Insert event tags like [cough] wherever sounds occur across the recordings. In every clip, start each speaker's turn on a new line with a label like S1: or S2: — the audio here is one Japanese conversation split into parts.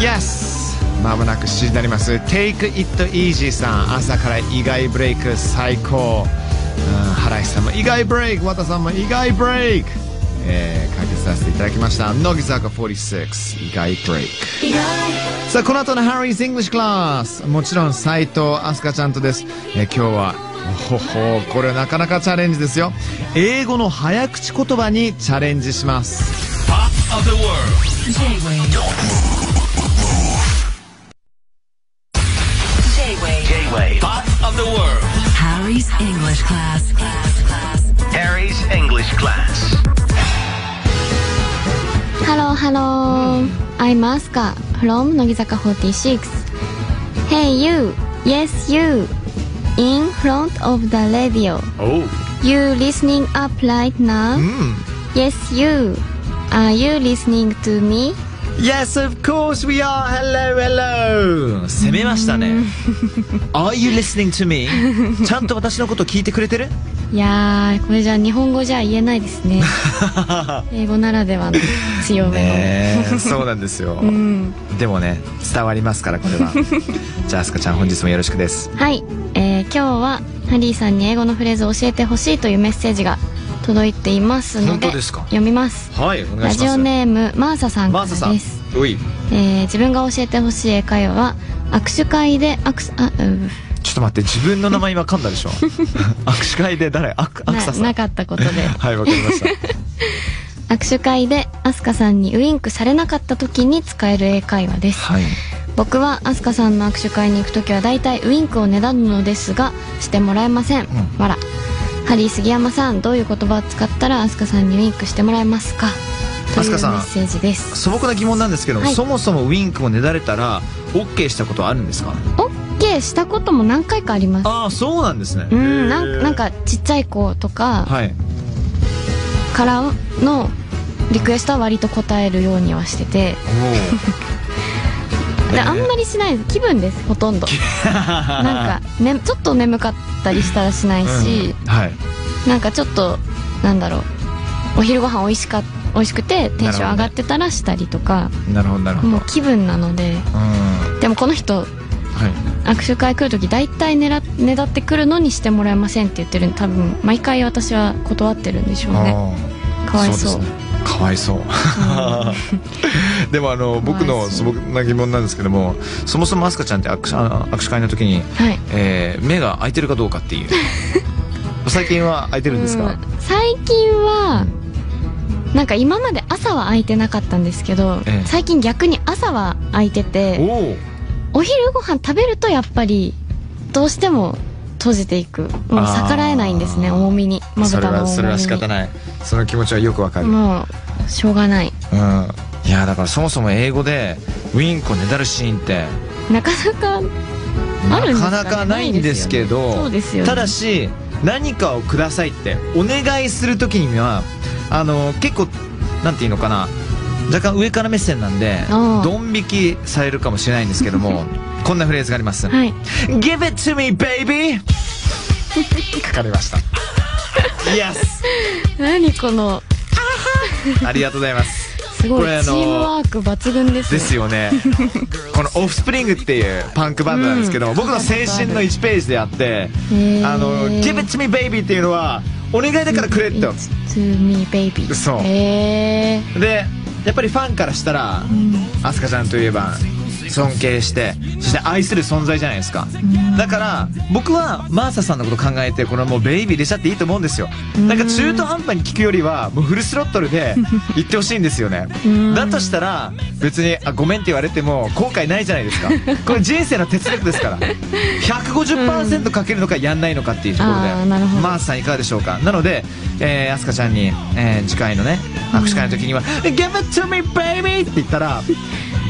S1: Yes まもなく7時になります Take It Easy さん朝から意外ブレイク最高、うん、原石さんも意外ブレイク和田さんも意外ブレイク、えー、解決させていただきました乃木坂46意外ブレイクさあこの後のハリーズ・イングリッシュ・クラスもちろん斉藤飛鳥ちゃんとです、えー今日はほほこれなかなかチャレンジですよ英語の早口言葉にチャレンジします
S2: Pop of the world.
S3: J-Wave. J-Wave.
S2: Gateway. Pop of the world.
S3: Harry's English class. class, class.
S2: Harry's English class.
S4: Hello, hello. I'm Asuka from 乃木坂46. Hey, you. Yes, you. In front of the radio.
S2: Oh.
S4: You listening up right now? Yes, you. Are you listening to me?
S1: Yes, of course we are. Hello, hello.
S5: 攻めました
S1: [laughs]
S5: ね Are you listening to me? ちゃんと私のこと聞いてくれてる
S4: いやー、これじゃ日本語じゃ言えないですね。 [laughs] 英語ならではの強めの。
S1: ねえそうなんですよ、でもね伝わりますから
S5: [laughs]
S1: これはじゃあ飛鳥ちゃん本日もよろしくです
S4: はい、えー今日はハリーさんに英語のフレーズを教えてほしいというメッセージが届いていますので
S1: 本当ですか
S4: 読みます
S1: はいお願
S4: ラジオネームマーサさん
S1: マ
S4: か
S1: ーサさ
S4: ら
S1: ん
S4: です、
S1: うい
S4: えー自分が教えてほしい英会話は握手会で握手あうん
S1: ちょっと待って自分の名前今噛ん
S5: [laughs]
S1: だでしょ握手会で誰アクアクサ
S4: な
S1: さん
S4: なかったことで
S1: [laughs]
S4: [laughs]
S1: はいわかりました
S4: 握手会でアスカさんにウインクされなかった時に使える英会話です
S1: はい
S4: 僕はアスカさんの握手会に行く時は大体ウインクをねだるのですがしてもらえません、わらハリー杉山さんどういう言葉を使ったらアスカさんにウインクしてもらえますかと
S5: ア
S4: いう
S5: ス
S4: メ
S5: カさん
S4: ッセージです
S5: 素朴な疑問なんですけど、
S4: はい
S5: そもそもウィンクをねだれたら OK したことはあるんですか
S4: オッケーしたことも何回かあります
S5: ああそうなんですね
S4: うんなんなんかちっちゃい子とか [laughs]
S5: はい
S4: からのリクエストは割と答えるようにはしててであんまりしないです気分ですほとんど
S1: [laughs]
S4: なんか、ね、ちょっと眠かったりしたらしないし、
S1: はい
S4: なんかちょっとなんだろうお昼ご飯美味しか美味しくてテンション上がってたらしたりとか、
S1: なるほどなるほど
S4: もう気分なので
S1: うんは
S4: でもこの人
S1: い
S4: 握手会来る時大体ねらねだってくるのにしてもらえませんって言ってるんで多分毎回私は断ってるんでしょうね
S1: あー
S4: かわいそう
S1: ですねかわいそう [laughs] でもあの僕
S4: かわ
S1: の
S4: い
S1: 素
S4: そ
S1: 朴な疑問なんですけどもそもそもアスカちゃんって握手あ握手会の時に
S4: はい
S1: えー目が開いてるかどうかって
S4: [laughs]
S1: いう最近は開いてるんですか、
S4: うん最近はなんか今まで朝は空いてなかったんですけど、
S1: ええ
S4: 最近逆に朝は空いてて
S1: おお
S4: お昼ご飯食べるとやっぱりどうしても閉じていくもう逆らえないんですね
S1: あー
S4: 重みにまぶ
S1: それ
S4: たの重み
S1: は
S4: に
S1: それは仕方ないその気持ちはよくわかる、うん、
S4: もうしょうがない
S1: いやだからそもそも英語でウィンコねだるシーンって
S4: なかなかあるん
S1: な
S4: です
S1: か
S4: かね
S1: なかないんですけど
S4: そうですよね
S1: ただし何かをくださいってお願いする時にはあの結構なんていうのかな若干上から目線なんで
S4: あー
S1: ドン引きされるかもしれないんですけど
S4: [laughs]
S1: もこんなフレーズがあります、
S4: はい
S1: Give it to me
S4: [laughs]
S1: baby かかりました Yes
S4: 何この
S1: ありがとうございます
S4: すごい
S1: これあの
S4: チームワーク抜群ですね
S1: ですよ
S4: [laughs]
S1: ねこのオフスプリングっていうパンクバンドなんですけど、僕の青春の1ページであって
S4: へー
S1: あの Give it to me baby っていうのはお願いだからくれっ
S4: It's
S1: と
S4: to me baby
S1: そう
S4: へえ
S1: でやっぱりファンからしたら飛鳥ちゃんといえば尊敬してそして愛する存在じゃないですかだから僕はマーサさんのこと考えてこれはもうベイビー入れちゃっていいと思うんですよなんか中途半端に聞くよりはもうフルスロットルで言ってほしいんですよねだとしたら別にあごめんって言われても後悔ないじゃないですかこれ人生の哲学ですから150%かけるのかやんないのかっていうところで
S4: あーなるほど
S1: マーサさんいかがでしょうかなので、えー、アスカちゃんに、えー次回のね握手会の時には「Give it to me baby!」って言ったら
S4: そ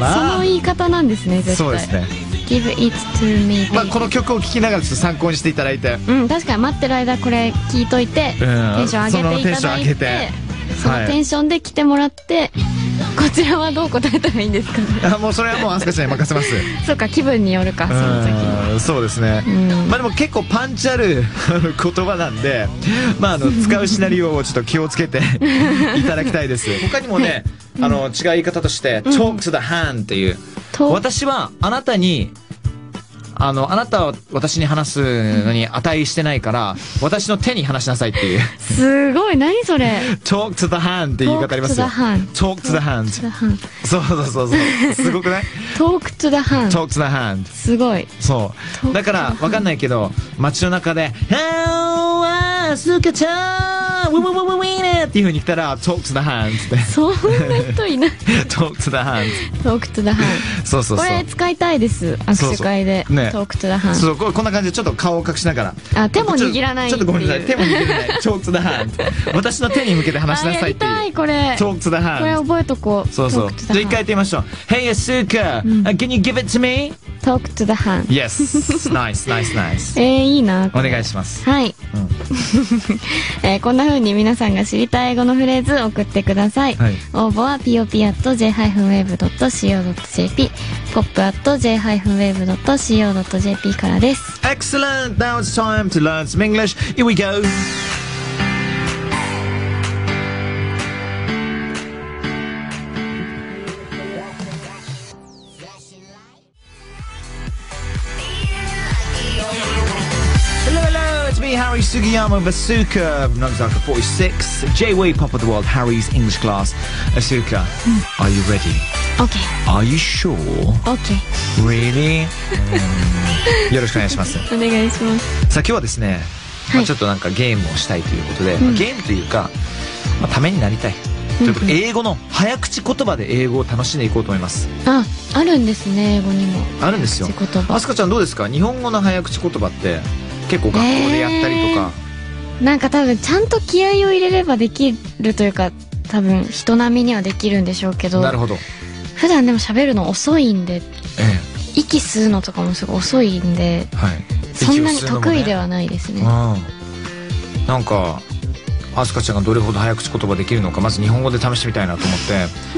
S1: ま
S4: の
S1: あ
S4: 言い方なんですね絶対
S1: そうですね、
S4: Give it to me
S1: まあ、こ
S4: baby
S1: の曲を聴きながらちょっと参考にしていただいて
S4: うん確かに待ってる間これ聞いといてテンション上げてい
S1: そのテン
S4: ただい
S1: ション上げて
S4: てそのテンションで来てもらってこちらはどう答えたらいいんですかね
S1: [laughs] あもうそれはもうアスカちゃんに任せます
S4: そうか気分によるかその時に
S1: うんそうですね、
S4: うん
S1: まあでも結構パンチあるあの言葉なんで、まあ、あの使うシナリオをちょっと気をつ
S4: [laughs]
S1: けていただきたいです他にもねあの違う言い方として「talk to the hand」っていう
S4: と
S1: 私はあなたに、あの、あなたは私に話すのに値してないから、私の手に話しなさいって
S4: [laughs]
S1: いう。
S4: すごい何
S1: [laughs]
S4: それ
S1: talk to the hand って言い方ありますよ。
S4: Talk
S1: talk to
S4: to the
S1: the hand.
S4: hand
S1: そうそうそうそう。すごくない
S4: Talk to the hand
S1: ?talk to the hand.
S4: すごい
S1: そう。だから、わかんないけど、街の中で、Hello, アスカちゃんウィウィウィウィウィーねっていう風に来たら、talk to the hand っ
S4: そんな人
S1: [laughs]
S4: いない
S1: て。talk to the hand.
S4: Talk to the hand
S1: そうそう
S4: こ
S1: そう。
S4: れ使いたいです握手会で
S1: そうそうね
S4: Talk to the hand
S1: そうこうこんな感じでちょっと顔を隠しながら
S4: あ手も握らない
S1: ちょっとちょっとごめんなさい
S4: ってい
S1: 手
S4: う
S1: も握
S4: [laughs]
S1: らない talk to the hand 私の手に向けて話しなさいって
S4: あやりた
S1: い
S4: いうこれ
S1: talk to the
S4: これ
S1: hand
S4: 覚えとこう
S1: そうそう
S4: Talk to
S1: じ
S4: the
S1: ゃあ一回やってみましょう Hey Asuka、uh, can you give it to me?
S4: hand Talk to the hand
S1: Yes nice nice nice
S4: [laughs] えー、いいな
S1: お願いします
S4: はい、
S1: うん
S4: [laughs] えーこんな風に皆さんが知りたい英語のフレーズ送ってください、
S1: はい
S4: 応募は pop.j-wave.co.jp pop.j-wave.co.jp からです
S1: Excellent now it's time to learn some English here we go Hello, hello, it's me, Harry Sugiyama of Asuka, of Nogazaka 46, J-Way Pop of the World, Harry's English class. Asuka, are you ready?
S4: OKOK
S1: Are you sure? Really? Mm. うんよろしくお願いします。
S4: お願いします
S1: さあ今日はですね、まあ、ちょっとなんかゲームをしたいということで、まあゲームというか、まあ、ためになりたい。ということで、英語の早口言葉で英語を楽しんでいこうと思います。
S4: ああるんですね英語にも
S1: あるんですよ
S4: 口言。葉
S1: あすかちゃんどうですか日本語の早口言葉って結構学校でやったりとか。
S4: なんか多分ちゃんと気合を入れればできるというか多分人並みにはできるんでしょうけど
S1: なるほど。
S4: 普段でも喋るの遅いんで
S1: え
S4: 息吸うのとかもすごい遅いんで
S1: え。はい。
S4: そんなに得意で
S1: は。
S4: はないですね
S1: うん。なんか、あすかちゃんがどれほど早口言葉できるのか、まず日本語で試してみたいなと思
S4: [laughs]
S1: っ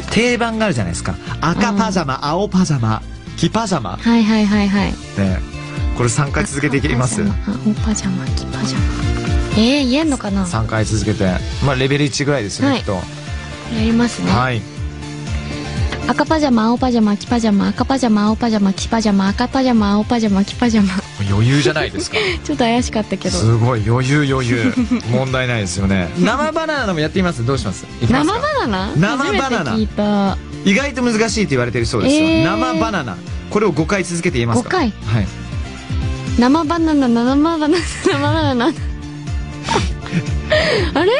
S1: て、定番があるじゃないですか。赤パジャマ、青パジャマ、黄パジャマ。
S4: はいはいはいはい
S1: ねこれ3回続けていきます
S4: あおパジャマキパジャマえー、言えんのかな
S1: 3回続けてまあレベル1ぐらいですよね、
S4: は
S1: き
S4: い
S1: っと
S4: やりますね、
S1: はい
S4: 赤パジャマ青パジャマキパジャマ赤パジャマ青パジャマキパジャマ赤パジャマ青パジャマキパジャマ [laughs]
S1: 余裕じゃないですか
S4: ちょっと怪しか [laughs] ったけど
S1: すごい余裕余裕
S4: [laughs]
S1: 問題ないですよね生バナナもやってみますどうしますいきま
S4: 生
S1: す
S4: バ
S1: か
S4: ナナ
S1: 生バナナ
S4: 初めて聞いた
S1: 意外と難しいって言われてるそうですよ、
S4: えー
S1: 生バナナこれを5回続けて言えますか
S4: 五回
S1: はい
S4: 生バナナ生バナナ生バナ [laughs] ナあれ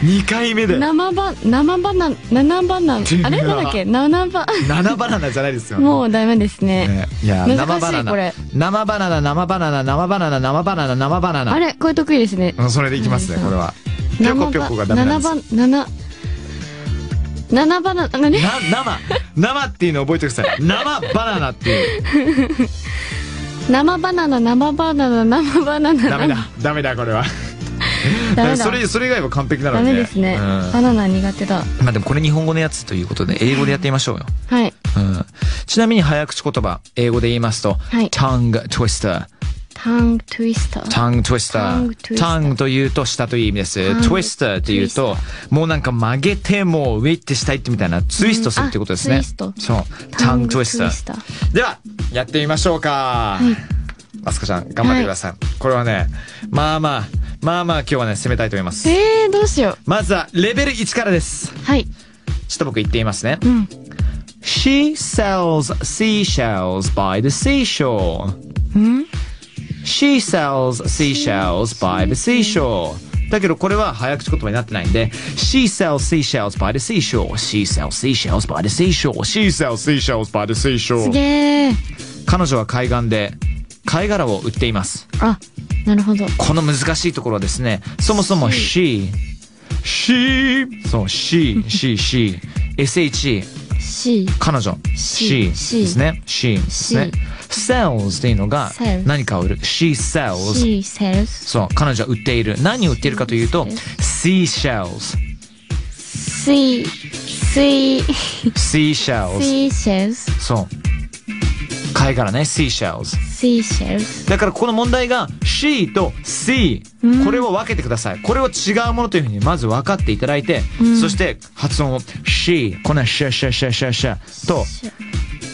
S1: 2回目で
S4: 生バ生バナ生バナあ
S1: て
S4: れ
S1: いう
S4: なんだっけ生バ
S1: 7バナナじゃないですよ
S4: もうダメですね
S1: ねいや
S4: 難
S1: 生
S4: しい
S1: バナナ
S4: これ
S1: 生バナナ生バナナ生バナナ生バナナ生バナナ
S4: あれこれ得意ですね
S1: うんそれでいきますねこれはぴょこぴょこがダメなんですよ
S4: 7番7番7番ね
S1: な生生っていうの覚えてください生バナナっていう
S4: 生バナナ生バナナ生バナナ
S1: ダメだダメだこれは
S4: ダメだ
S1: それそれ以外は完璧なの
S4: ダ
S1: にね
S4: メですね、
S1: うん
S4: バナナ苦手だ
S1: まあでもこれ日本語のやつということで英語でやってみましょうよ、
S4: はい
S1: うん、ちなみに早口言葉英語で言いますと、
S4: はい
S1: タングトゥイスター
S4: タングトゥイスター
S1: タングトゥイスタ
S4: tongue
S1: ー
S4: twister
S1: タングというと下という意味です
S4: タング
S1: トゥイスターというともうなんか曲げてもう上行って下行ってみたいなツイストするってことですね、
S4: うんあツイスト
S1: そうタングトゥイスター
S4: ター
S1: ではやってみましょうか、あすかちゃん頑張ってください、これはねまあまあまあまあ今日はね攻めたいと思います
S4: えー、どうしよ
S1: まずはレベル1からです
S4: うはい
S1: ちょっと僕言ってみますね、
S4: ん
S1: She sells seashells by the seashore、She sells seashells by the seashore だけどこれは早口言葉になってないんで She sells seashells by the seashore She sells seashells by the seashore She sells seashells by the
S4: す
S1: seashore
S4: げえ
S1: 彼女は海岸で貝殻を売っています
S4: あなるほど
S1: この難しいところはですねそもそも she she そう she she she she
S4: C
S1: 彼女
S4: she
S1: she ですね she ですね sells っていうのが
S4: sells
S1: 何かを売る she sells
S4: C sells
S1: そう彼女は売っている何を売っているかというと seashells
S4: C C
S1: seashells
S4: C sells
S1: そう貝殻ね seashells
S4: C sells
S1: だからここの問題が she と c これを分けてくださいこれを違うものというふうにまず分かっていただいて、そして発音を she このシャシャシャシャシャと、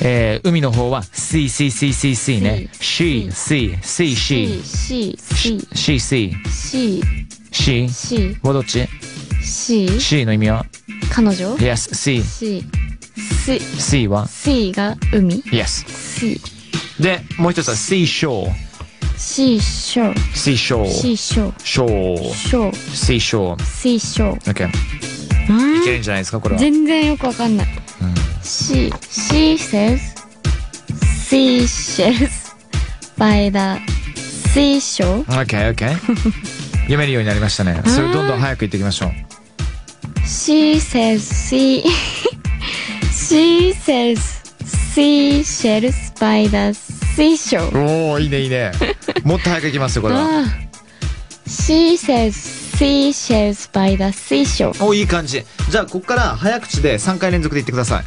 S1: えー海の方は sea, sea, sea, sea, sea ね。she, sea, sea, she,
S4: C
S1: she,
S4: C
S1: sea,
S4: C
S1: she
S4: C
S1: はどっち
S4: C
S1: ?she の意味は
S4: 彼女
S1: yes, sea,
S4: C C
S1: sea は
S4: C が海
S1: yes。
S4: C
S1: で、もう一つは sea shore,
S4: C ショー
S1: sea shore,
S4: C ショー
S1: shore,
S4: ショー
S1: sea shore。
S4: C ショ
S1: OK。
S4: ー
S1: いけるんじゃないですか、これは。
S4: 全然よくわかんない。She, she says seashells by the seashore.
S1: OK, [laughs] OK。読めるようになりましたね。それをどんどん早く言っていきましょう。
S4: She says [laughs] sea. she says seashells by the seashore.
S1: おー、いいね、いい [laughs] ね。もっと早くいきますよ、これは。
S4: ああ She says seashells by the seashore.
S1: おいい感じじゃあここから早口で3回連続で言ってください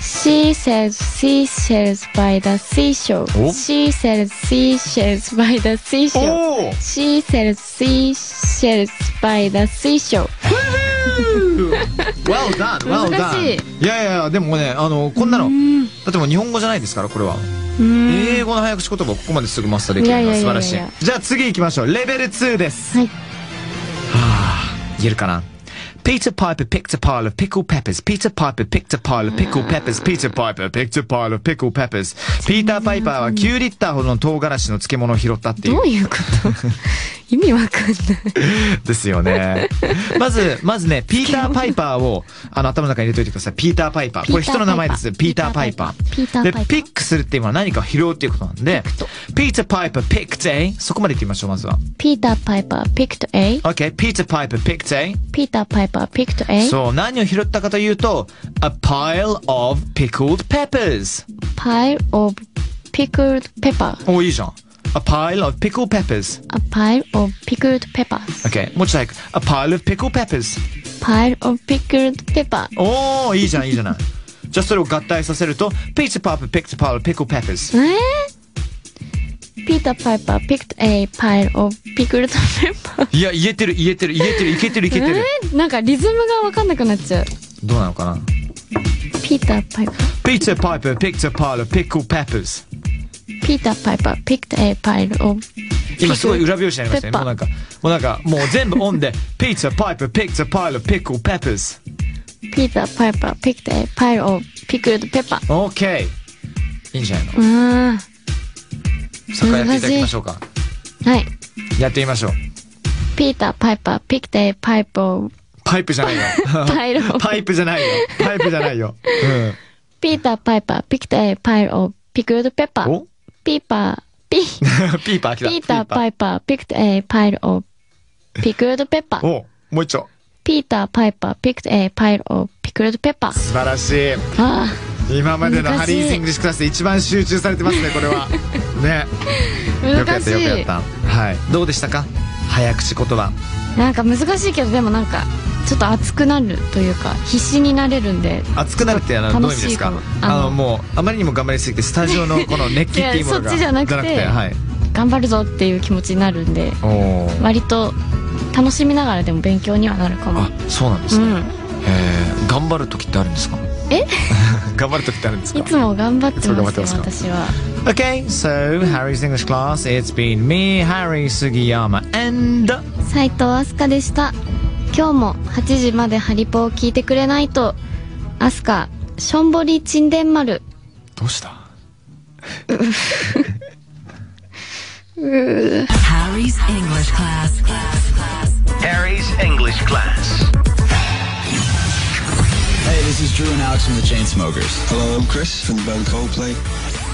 S4: She says seashells by the seashore.
S1: お
S4: She says seashells by the seashore.
S1: お
S4: She sells seashells by the seashore.
S1: Well done well
S4: 難し
S1: done いやいやいやでもねあのこんなのだってもう日本語じゃないですからこれは英語の早口言葉をここまですぐマスターできる
S4: い
S1: の
S4: や
S1: はい
S4: やい
S1: 素
S4: や
S1: 晴
S4: いや
S1: らしいじゃあ次行きましょうレベル2です
S4: はい
S1: 言えるかな Peter Piper picked a pile of pickled peppers. Peter Piper picked a pile of pickled peppers. Peter Piper picked a pile of pickled peppers. ピーター・パイパーは9リッターほどの唐辛子の漬物を拾ったっていう
S4: どういうこと意味わかんない。
S1: [laughs] ですよね。まず、まずね、ピーター・パイパーを、あの、頭の中に入れといてください。ピーター・パイパー。これ人の名前です。ピーター・パイパー。
S4: ピーターパイパー
S1: で、ピックするっていうのは何かを拾うっていうことなんで、ピーター・パイパー、ピックテイ。そこまで言ってみましょう、まずは。
S4: Peter Piper picked a.
S1: OK、ピーター・パイパー、ピックテ
S4: Peter Piper picked
S1: イ。
S4: a
S1: そう、何を拾ったかというと、a pile of pickled peppers。
S4: pile of pickled pepper.
S1: お、いいじゃん。a pile of pickled peppers。
S4: A pile of pickled peppers.
S1: OK、もうちょっと早く。a pile of pickled peppers。
S4: Pile of pickled pepper.
S1: おー、いいじゃん、いいじゃない。じゃあそれを合体させると、ピーター・パイパー、ピックテイ、ピックペッ e ス。
S4: えー Peter Piper picked a pile of pickled pepper.
S1: いや、言えてる、言えてる、言えてる、いけてる、いけてる。
S4: えーなんかリズムがわかんなくなっちゃう。
S1: どうなのかな
S4: Peter Piper.
S1: ?Peter Piper picked a pile of pickled peppers。
S4: Peter Piper picked a pile of
S1: 今すごい裏拍子になりましたね。
S4: ペ
S1: も
S4: ッパー
S1: うなんか、もうなんか、もう全部オンで、Peter Piper picked a pile of pickled peppers。
S4: Peter Piper picked a pile of pickled pepper.
S1: OK。いいんじゃないの
S4: うーん。は
S1: そこからやっていただきましょうか。
S4: い。
S1: やってみましょう。
S4: Peter Piper picked a pipe of
S1: パイプじゃないよ。
S4: pile of
S1: パイプじゃないよ。パイプじゃないよ。うん。
S4: Peter Piper picked a pile of pickled pepper.
S1: お [laughs]
S4: Peter
S1: ピ
S4: P
S1: ーパー [laughs] 来た。
S4: Peter Piper picked a pile of pickled pepper.
S1: [laughs] おもう一丁。
S4: Peter Piper picked a pile of pickled pepper.
S6: 素晴らしい
S4: あ
S6: 今までのハリー
S4: 難し
S6: ズ・
S4: い
S6: イングリッシュクラスで一番集中されてますねこれはね
S4: あ、
S1: よくや
S4: 難
S1: っ、
S4: した
S1: よくやっ
S4: い。
S1: た。はい。どうでしたか早口言葉。
S4: なんか難しいけどでもなんかちょっと熱くなるというか必死になれるんで
S1: 熱くなるってあのどういう意味ですか
S4: 楽しいかも
S1: あ
S4: あ
S1: の
S4: の
S1: もうあまりにも頑張りすぎてスタジオ
S4: [laughs]
S1: のこの熱気っていうもの
S4: い
S1: が
S4: やそっちじゃなくて
S1: はい
S4: 頑張るぞっていう気持ちになるんで
S1: おー
S4: 割と楽しみながらでも勉強にはなるかも
S1: あそうなんで
S4: う
S1: すね、
S4: ん
S1: えー頑張る時ってあるんですか
S4: え
S1: [laughs] 頑張る時ってあるんですか
S4: いつも頑張って
S1: いつも頑張
S4: ま
S1: っ
S4: す
S1: て
S4: よ
S1: ますか
S4: 私は
S1: Okay so Harry's English class it's been me Harry Sugiyama and
S4: 斉藤飛鳥でした今日も8時までハリポを聞いてくれないと飛鳥しょんぼりちんでん丸
S1: どうした
S3: Harry's English class. class, class.
S2: Harry's English class.
S7: Hey, this is Drew and Alex from the Chainsmokers.
S8: Hello, I'm Chris from the band Coldplay.